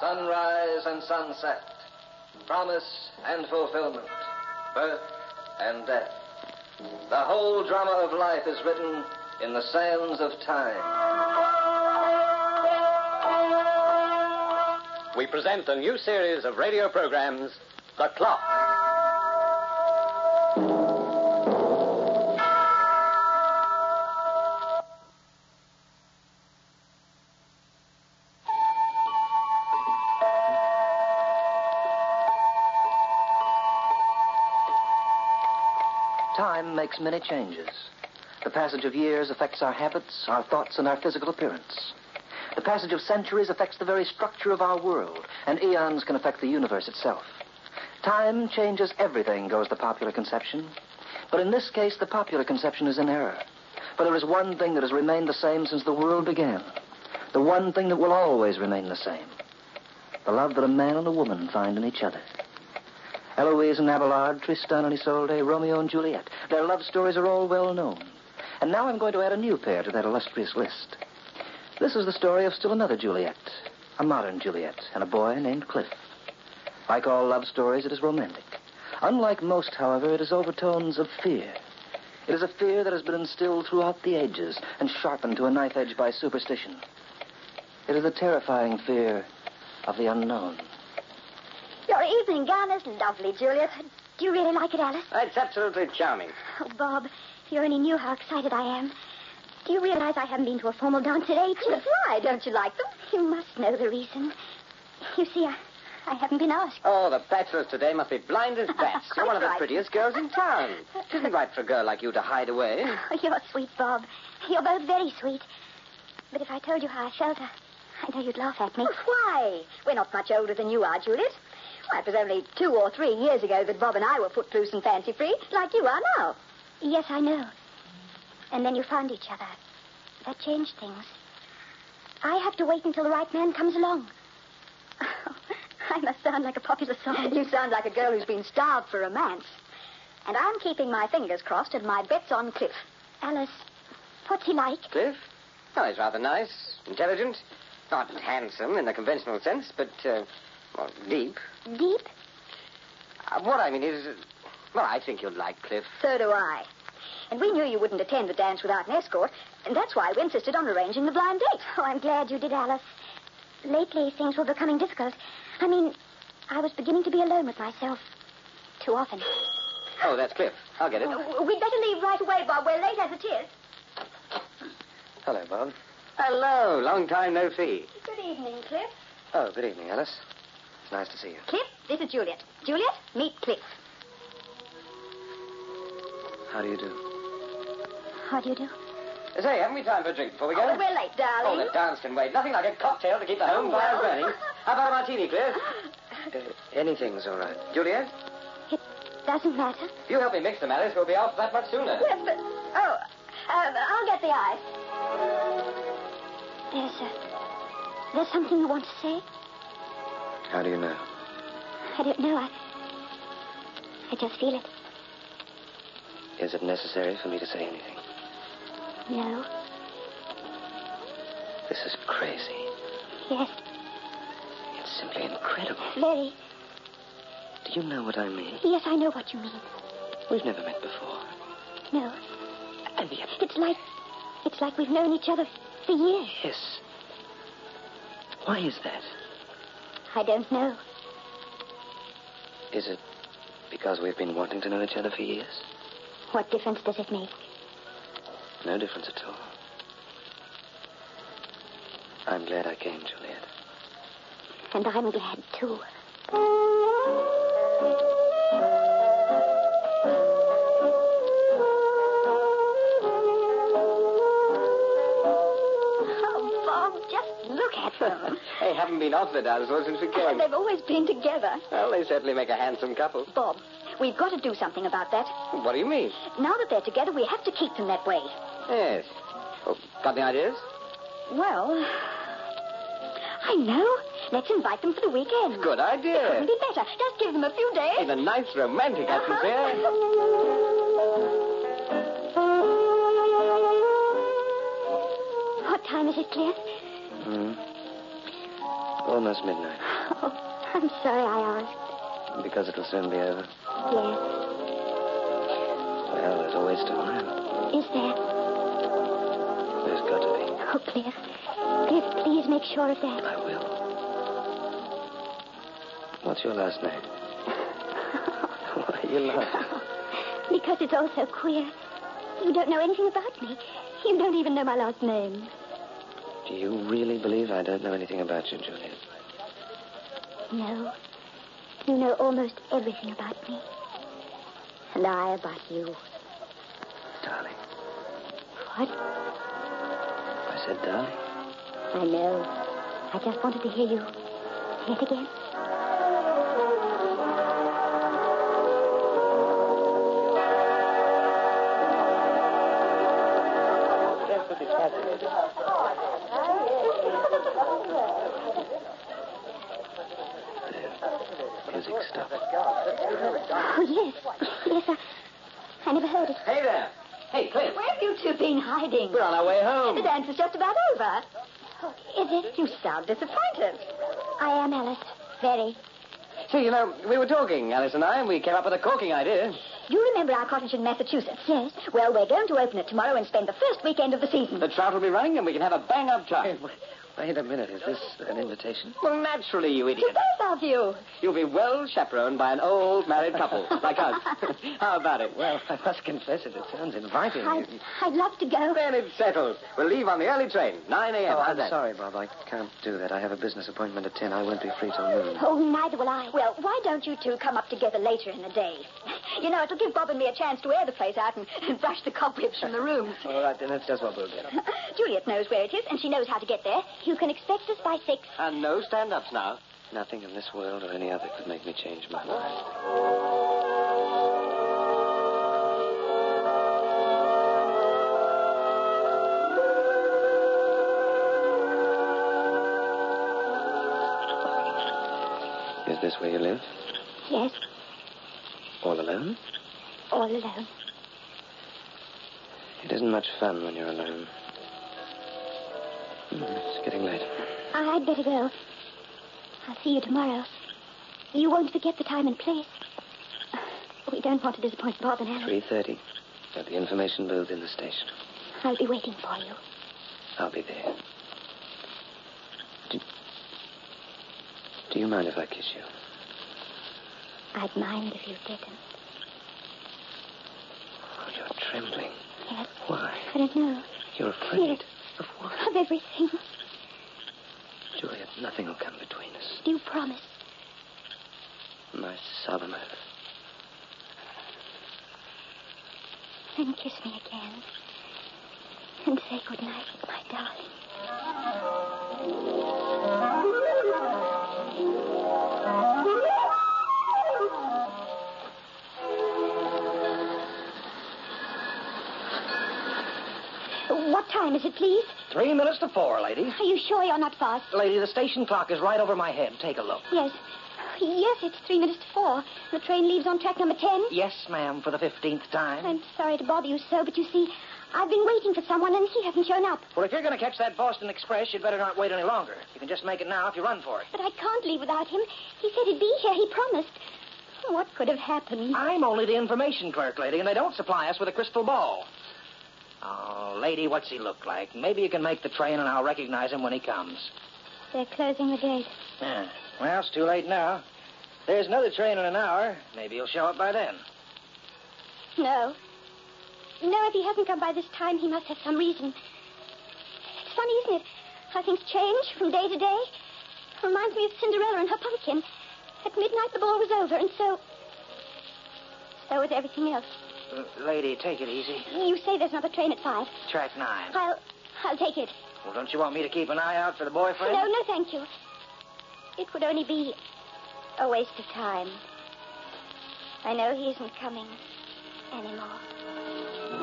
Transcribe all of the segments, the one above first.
sunrise and sunset, promise and fulfillment, birth and death. The whole drama of life is written in the sands of time. We present the new series of radio programs, The Clock. Time makes many changes. The passage of years affects our habits, our thoughts, and our physical appearance. The passage of centuries affects the very structure of our world, and eons can affect the universe itself. Time changes everything, goes the popular conception. But in this case, the popular conception is in error. For there is one thing that has remained the same since the world began. The one thing that will always remain the same. The love that a man and a woman find in each other. Eloise and Abelard, Tristan and Isolde, Romeo and Juliet. Their love stories are all well known. And now I'm going to add a new pair to that illustrious list. This is the story of still another Juliet, a modern Juliet, and a boy named Cliff. Like all love stories, it is romantic. Unlike most, however, it has overtones of fear. It is a fear that has been instilled throughout the ages and sharpened to a knife edge by superstition. It is the terrifying fear of the unknown. Your evening gown is lovely, Juliet. Do you really like it, Alice? It's absolutely charming. Oh, Bob, if you only knew how excited I am. Do you realize I haven't been to a formal dance in ages? Why? Don't you like them? You must know the reason. You see, I, I haven't been asked. Oh, the bachelors today must be blind as bats. You're one of the Quite right. prettiest girls in town. It isn't right for a girl like you to hide away. Oh, you're sweet, Bob. You're both very sweet. But if I told you how I felt, I, I know you'd laugh at me. Why? We're not much older than you are, Juliet. Why, it was only two or three years ago that Bob and I were footloose and fancy free, like you are now. Yes, I know. And then you found each other. That changed things. I have to wait until the right man comes along. I must sound like a popular song. You sound like a girl who's been starved for romance. And I'm keeping my fingers crossed and my bets on Cliff. Alice, what's he like? Cliff? Oh, he's rather nice, intelligent, not handsome in the conventional sense, but, uh, well, deep. Deep? Uh, what I mean is, uh, well, I think you'll like Cliff. So do I. And we knew you wouldn't attend the dance without an escort, and that's why we insisted on arranging the blind date. Oh, I'm glad you did, Alice. Lately, things were becoming difficult. I mean, I was beginning to be alone with myself. Too often. Oh, Oh, that's Cliff. I'll get it. We'd better leave right away, Bob. We're late as it is. Hello, Bob. Hello. Long time no see. Good evening, Cliff. Oh, good evening, Alice. It's nice to see you. Cliff, this is Juliet. Juliet, meet Cliff. How do you do? How do you do? Say, haven't we time for a drink before we go? Oh, we're late, Oh, darling. the dance can wait. Nothing like a cocktail to keep the home fire well. burning. How about a martini, Cliff? Uh, anything's all right. Juliet, It doesn't matter. if you help me mix the matters, we'll be off that much sooner. Yes, but... Oh, um, I'll get the ice. There's, uh, there's something you want to say? How do you know? I don't know. I, I just feel it. Is it necessary for me to say anything? No. This is crazy. Yes. It's simply incredible. Very. Do you know what I mean? Yes, I know what you mean. We've never met before. No. And yet, It's like, it's like we've known each other for years. yes. Why is that? I don't know. Is it because we've been wanting to know each other for years? What difference does it make? No difference at all. I'm glad I came, Juliet. And I'm glad, too. Oh, Oh, Bob, just look at them. They haven't been off the dance floor since we And came. they've always been together. Well, they certainly make a handsome couple. Bob, we've got to do something about that. What do you mean? Now that they're together, we have to keep them that way. Yes. Oh, got any ideas? Well, I know. Let's invite them for the weekend. Good idea. It'll be better. Just give them a few days. In a nice romantic atmosphere. What time is it, Cliff? Hmm. Almost midnight. Oh, I'm sorry I asked. Because it'll soon be over. Yes. Well, there's always tomorrow. Is there? There's got to be. Oh, Cliff. Cliff, please make sure of that. I will. What's your last name? Why, you laugh. Because it's all so queer. You don't know anything about me. You don't even know my last name. Do you really believe I don't know anything about you, Julian? No. You know almost everything about me. And I about you. Darling. What? I said, darling. I know. I just wanted to hear you say it again. Music stuff. Oh, yes. Yes, I, I never heard it. Hey there. Hey, Cliff. Where have you two been hiding? We're on our way The home. dance is just about over. Is it? You sound disappointed. I am Alice. Very. See, you know, we were talking, Alice and I, and we came up with a corking idea. You remember our cottage in Massachusetts? Yes. Uh, Well, we're going to open it tomorrow and spend the first weekend of the season. The trout will be running, and we can have a bang-up Hey, time. w- wait a minute. Is this an invitation? Well, naturally, you To idiot. both of you. You'll be well chaperoned by an old married couple, like us. How about it? Well, I must confess it. It sounds inviting. I'd, I'd love to go. Then it's settled. We'll leave on the early train, 9 a.m. Oh, How's I'm that? sorry, Bob. I can't do that. I have a business appointment at 10. I won't be free till noon. Oh, neither will I. Well, why don't you two come up together later in the day? You know, it'll give Bob and me a chance to air the place out and, and brush the cobwebs from the room. All right, then. That's just what we'll do. Juliet knows where it is, and she knows how to get there. You can expect us by six. Uh, And no stand-ups now. Nothing in this world or any other could make me change my mind. Is this where you live? Yes, All alone? all alone. It isn't much fun when you're alone. Hmm, It's getting late. I'd better go. I'll see you tomorrow. You won't forget the time and place. We don't want to disappoint Bob and Alice. 3.30 at the information booth in the station. I'll be waiting for you. I'll be there. Do, do you mind if I kiss you? I'd mind if you didn't. Oh, you're trembling. Yes, Why? I don't know. You're afraid. Yes. Of what? Of everything. Juliet, nothing will come between us. Do promise. My solemn oath. Then kiss me again. And say good night, my darling. What time is it, please? Three minutes to four, lady. Are you sure you're not fast? Lady, the station clock is right over my head. Take a look. Yes. Yes, it's three minutes to four. The train leaves on track number ten. Yes, ma'am, for the 15th time. I'm sorry to bother you so, but you see, I've been waiting for someone and he hasn't shown up. Well, if you're going to catch that Boston Express, you'd better not wait any longer. You can just make it now if you run for it. But I can't leave without him. He said he'd be here. He promised. What could have happened? I'm only the information clerk, lady, and they don't supply us with a crystal ball. Oh, lady, what's he look like? Maybe you can make the train, and I'll recognize him when he comes. They're closing the gate. Yeah. Well, it's too late now. There's another train in an hour. Maybe he'll show up by then. No. No, if he hasn't come by this time, he must have some reason. It's funny, isn't it? How things change from day to day. Reminds me of Cinderella and her pumpkin. At midnight, the ball was over, and so. So was everything else. Uh, lady, take it easy. You say there's another train at five. Track nine. I'll. I'll take it. Well, don't you want me to keep an eye out for the boyfriend? No, no, thank you. It would only be a waste of time. I know he isn't coming anymore.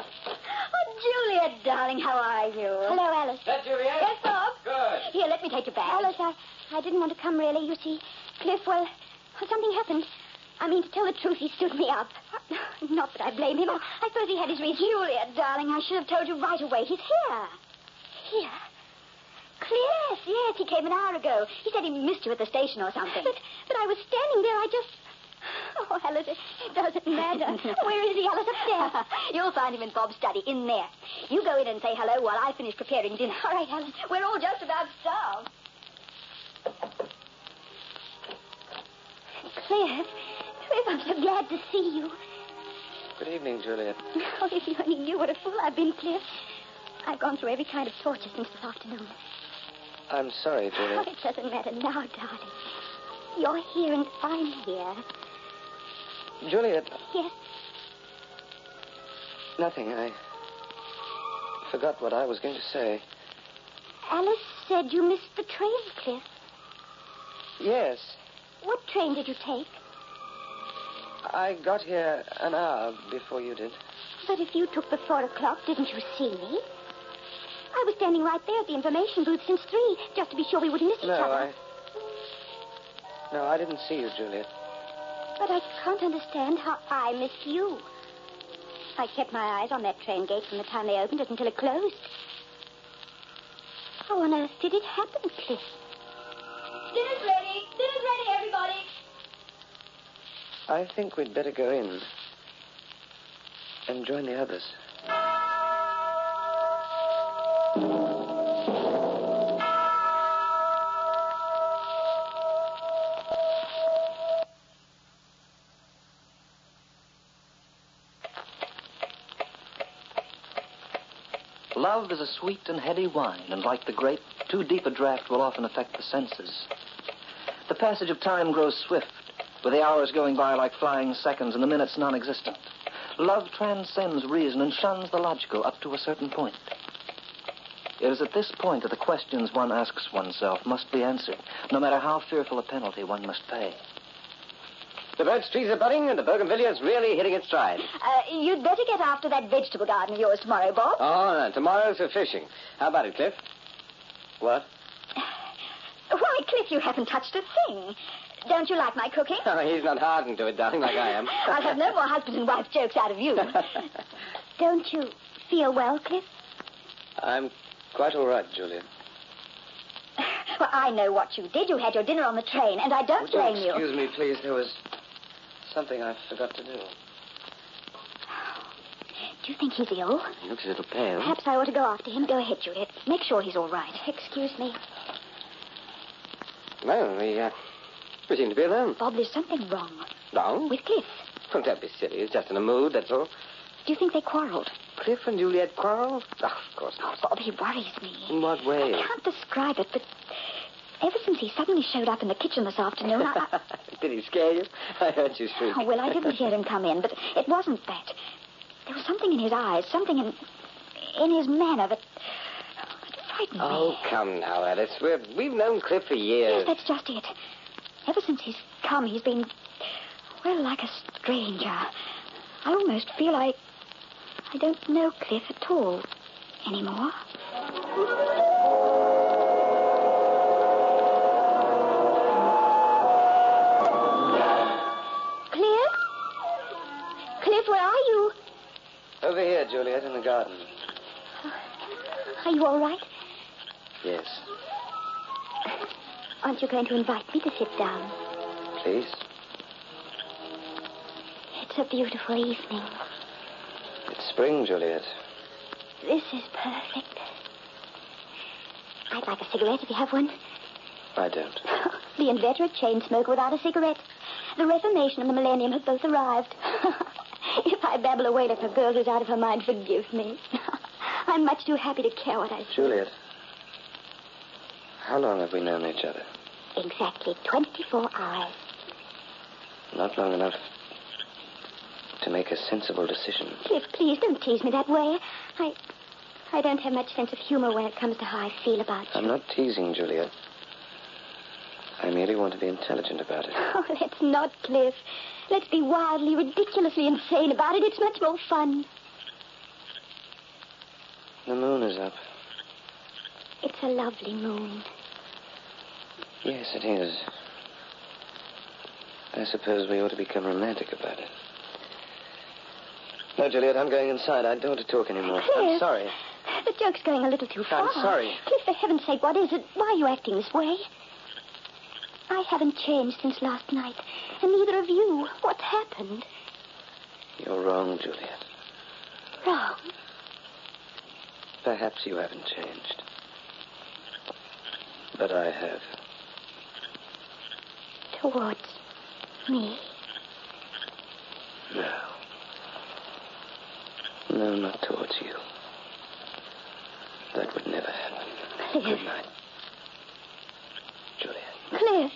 Oh, Juliet, darling, how are you? Hello, Alice. That Juliet? Yes, Bob. Good. Here, let me take your bag. Alice, I, I didn't want to come, really. You see, Cliff, well, well, something happened. I mean, to tell the truth, he stood me up. Not that I blame him. I suppose he had his reasons. Juliet, darling, I should have told you right away. He's here. Here? Yes, yes. He came an hour ago. He said he missed you at the station or something. But, but I was standing there. I just. Oh, Alice, it it doesn't matter. Where is he, Alice? Upstairs. You'll find him in Bob's study, in there. You go in and say hello while I finish preparing dinner. All right, Alice. We're all just about starved. Cliff. Cliff, I'm so glad to see you. Good evening, Juliet. Oh, if you only knew what a fool I've been, Cliff. I've gone through every kind of torture since this afternoon. I'm sorry, Oh, Juliet. it doesn't matter now, darling. You're here and I'm here. Juliet, Yes, nothing. I forgot what I was going to say. Alice said you missed the train, Cliff. Yes, What train did you take? I got here an hour before you did. But if you took the four o'clock, didn't you see me? I was standing right there at the information booth since three, just to be sure we wouldn't miss No, each other. I. No, I didn't see you, Juliet. But I can't understand how I missed you. I kept my eyes on that train gate from the time they opened it until it closed. How on earth did it happen, Cliff? Dinner's ready. Dinner's ready, everybody. I think we'd better go in and join the others. Love is a sweet and heady wine, and like the grape, too deep a draught will often affect the senses. The passage of time grows swift, with the hours going by like flying seconds and the minutes non existent. Love transcends reason and shuns the logical up to a certain point. It is at this point that the questions one asks oneself must be answered, no matter how fearful a penalty one must pay. The birch trees are budding, and the bougainvillea is really hitting its stride. Uh, you'd better get after that vegetable garden of yours tomorrow, Bob. Oh, no, tomorrow's for fishing. How about it, Cliff? What? Uh. Why, Cliff, you haven't touched a thing. Don't you like my cooking? Oh, he's not hardened to it, darling, like I am. I'll have no more husband and wife jokes out of you. Don't you feel well, Cliff? I'm quite all right, Juliet. well, I know what you did. You had your dinner on the train, and I don't Would you blame you. Oh, excuse me, please? There was something I forgot to do. Do you think he's ill? He looks a little pale. Perhaps I ought to go after him. Go ahead, Juliet. Make sure he's all right. Excuse me. No, we, uh, we seem to be alone. Bob, there's something wrong Wrong? with Cliff. Well, don't be silly. He's just in a mood, that's all. Do you think they quarreled? Cliff and Juliet quarrel? Oh, of course Oh, not. Bob, he worries me. In what way? I can't describe it, but ever since he suddenly showed up in the kitchen this afternoon, I... I- Did he scare you? I heard you shriek. Oh, well, I didn't hear him come in, but it wasn't that. There was something in his eyes, something in in his manner that, that frightened Oh, me. come now, Alice. We're, we've known Cliff for years. Yes, that's just it. Ever since he's come, he's been, well, like a stranger. I almost feel I, I don't know Cliff at all anymore. Cliff? Cliff, where are you? Over here, Juliet, in the garden. Are you all right? Yes, Aren't you going to invite me to sit down? please. It's a beautiful evening. It's spring, Juliet. This is perfect. I'd like a cigarette if you have one. I don't. the inveterate chain smoker without a cigarette. The Reformation and the Millennium have both arrived. if I babble away like a girl who's out of her mind, forgive me. I'm much too happy to care what I say. Juliet, how long have we known each other? Exactly 24 hours. Not long enough to make a sensible decision. Cliff, please don't tease me that way. I, I don't have much sense of humor when it comes to how I feel about you. I'm not teasing, Juliet. I merely want to be intelligent about it. Oh, let's not, Cliff. Let's be wildly, ridiculously insane about it. It's much more fun. The moon is up. It's a lovely moon. Yes, it is. I suppose we ought to become romantic about it. No, Juliet, I'm going inside. I don't want to talk anymore. I'm Cliff. sorry. The joke's going a little too far. I'm sorry. Cliff, for heaven's sake, what is it? Why are you acting this way? I haven't changed since last night, and neither of you. What's happened? You're wrong, Juliet. Wrong. Perhaps you haven't changed. But I have. Towards me. No. No, not towards you. That would never happen. Cliff. Good night. Juliet. Cliff.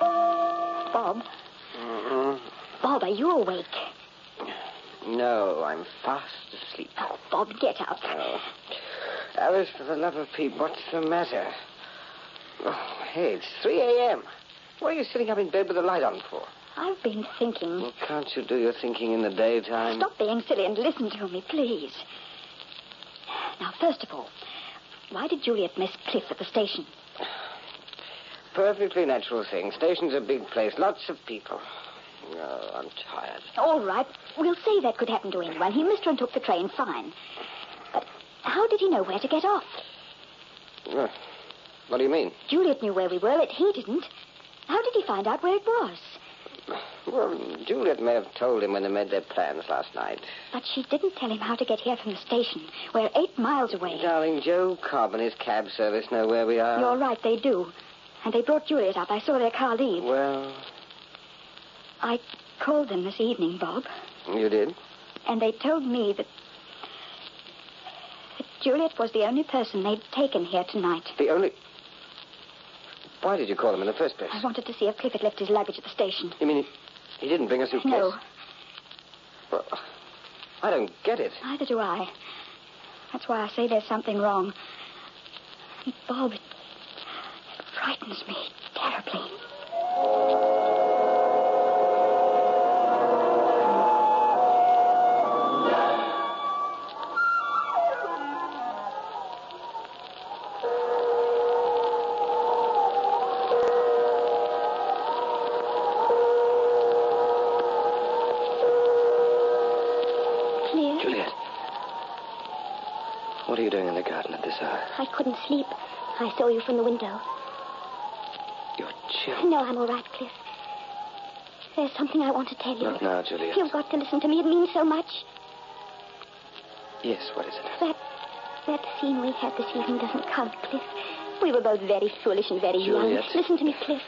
Bob, Mm-mm. Bob, are you awake? No, I'm fast asleep. Oh, Bob, get up. Oh. Alice, for the love of Pete, what's the matter? Oh, hey, it's 3 a.m. What are you sitting up in bed with the light on for? I've been thinking. Hmm? Well, can't you do your thinking in the daytime? Stop being silly and listen to me, please. Now, first of all, why did Juliet miss Cliff at the station? Perfectly natural thing. Station's a big place, lots of people. Oh, I'm tired. All right, we'll say that could happen to anyone. He missed her and took the train, fine. But how did he know where to get off? Well, What do you mean? Juliet knew where we were, but he didn't. How did he find out where it was? Well, Juliet may have told him when they made their plans last night. But she didn't tell him how to get here from the station. We're eight miles away. Darling, Joe Cobb and his cab service know where we are. You're right, they do. And they brought Juliet up. I saw their car leave. Well, I called them this evening, Bob, you did? and they told me that. that Juliet was the only person they'd taken here tonight. The only. Why did you call him in the first place? I wanted to see if Cliff had left his luggage at the station. You mean he, he didn't bring a suitcase? No, Well, I don't get it. neither do I. That's why I say there's something wrong. And Bob, it it frightens me terribly. Cliff. Juliet. What are you doing in the garden at this hour? I couldn't sleep. I saw you from the window. You're chilled. No, I'm all right, Cliff. There's something I want to tell you. Not now, Juliet. You've got to listen to me. It means so much. Yes, what is it? That that scene we had this evening doesn't count, Cliff. We were both very foolish and very Juliet. young. Listen to me, Cliff.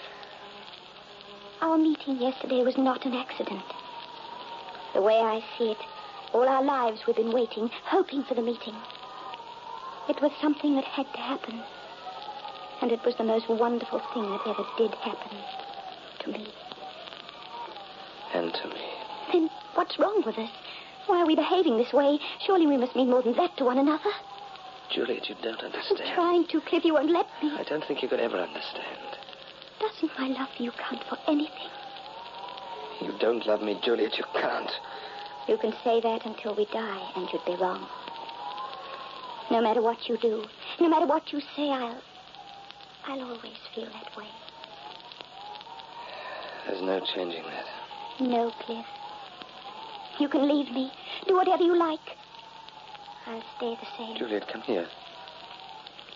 Our meeting yesterday was not an accident. The way I see it, all our lives we've been waiting, hoping for the meeting. It was something that had to happen. And it was the most wonderful thing that ever did happen to me. And to me. Then what's wrong with us? Why are we behaving this way? Surely we must mean more than that to one another. Juliet, you don't I'm understand. trying to, Cliff. You won't let me. I don't think you could ever understand. Doesn't my love for you count for anything? You don't love me, Juliet. You can't. You can say that until we die, and you'd be wrong. No matter what you do, no matter what you say, I'll. I'll always feel that way. There's no changing that. No, Cliff. You can leave me. Do whatever you like. I'll stay the same. Juliet, come here.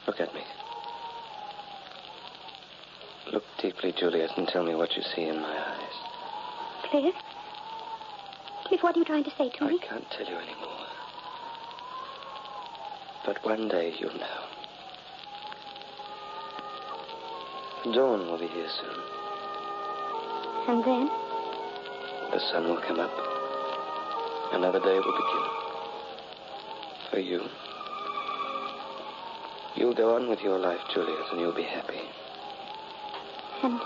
Look at me. Look deeply, Juliet, and tell me what you see in my eyes. Cliff? Cliff, what are you trying to say to I me? can't tell you anymore. But one day you'll know. Dawn will be here soon. And then? The sun will come up. Another day will begin. For you. You'll go on with your life, Juliet, and you'll be happy. And.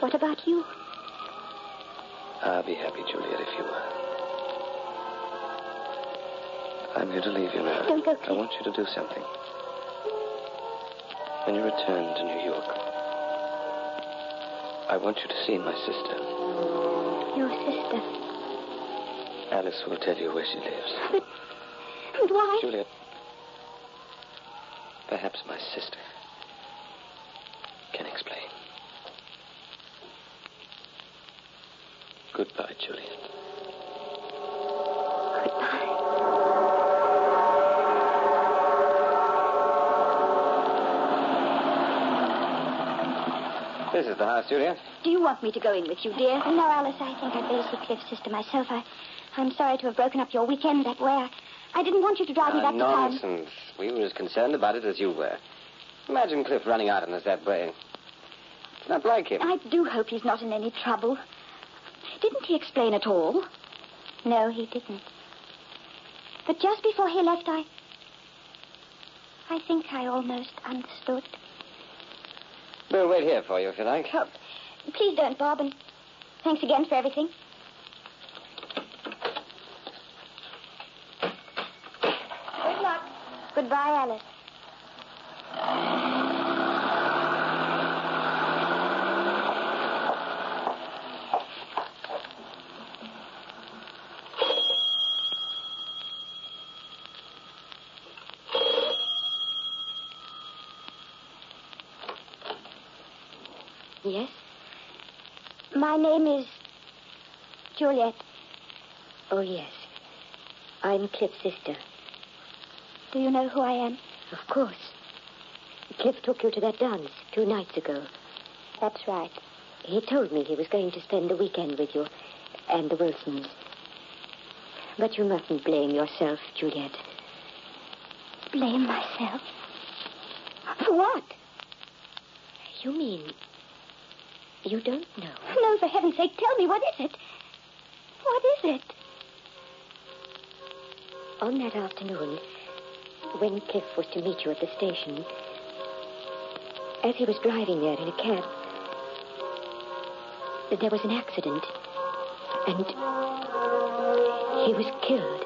What about you? I'll be happy, Juliet, if you are. I'm going to leave you now. Don't go, I want you to do something. When you return to New York, I want you to see my sister. Your sister. Alice will tell you where she lives. And why? Julia, perhaps my sister can explain. Goodbye, Juliet. This is the house, Julia. Do you want me to go in with you, dear? No, Alice, I think I'd better see Cliff's sister myself. I, I'm sorry to have broken up your weekend that way. I, I didn't want you to Uh, drive me Ah, back to town. nonsense. We were as concerned about it as you were. Imagine Cliff running out on us that way. It's not like him. I do hope he's not in any trouble. Didn't he explain at all? No, he didn't. But just before he left, I. I think I almost understood. We'll wait here for you if you like. Oh, please don't, Bob, and thanks again for everything. Good luck. Goodbye, Alice. Yes. My name is Juliet. Oh, yes. I'm Cliff's sister. Do you know who I am? Of course. Cliff took you to that dance two nights ago. That's right. He told me he was going to spend the weekend with you and the Wilsons. But you mustn't blame yourself, Juliet. Blame myself. For what? You mean you don't know? No, for heaven's sake, tell me, what is it? What is it? On that afternoon, when Cliff was to meet you at the station, as he was driving there in a cab, there was an accident, and he was killed.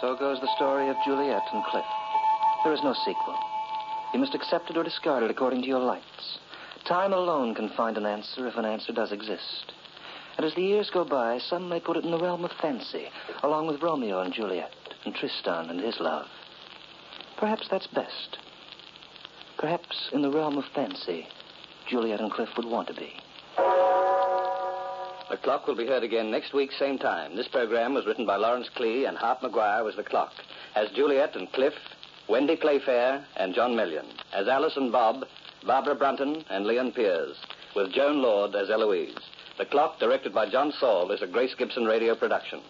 So goes the story of Juliet and Cliff. There is no sequel. You must accept it or discard it according to your lights. Time alone can find an answer if an answer does exist. And as the years go by, some may put it in the realm of fancy, along with Romeo and Juliet, and Tristan and his love. Perhaps that's best. Perhaps in the realm of fancy, Juliet and Cliff would want to be. The Clock will be heard again next week, same time. This program was written by Lawrence Clee, and Hart McGuire was The Clock. As Juliet and Cliff, Wendy Playfair and John Million. As Alice and Bob, Barbara Brunton and Leon Piers. With Joan Lord as Eloise. The Clock, directed by John Saul, is a Grace Gibson radio production.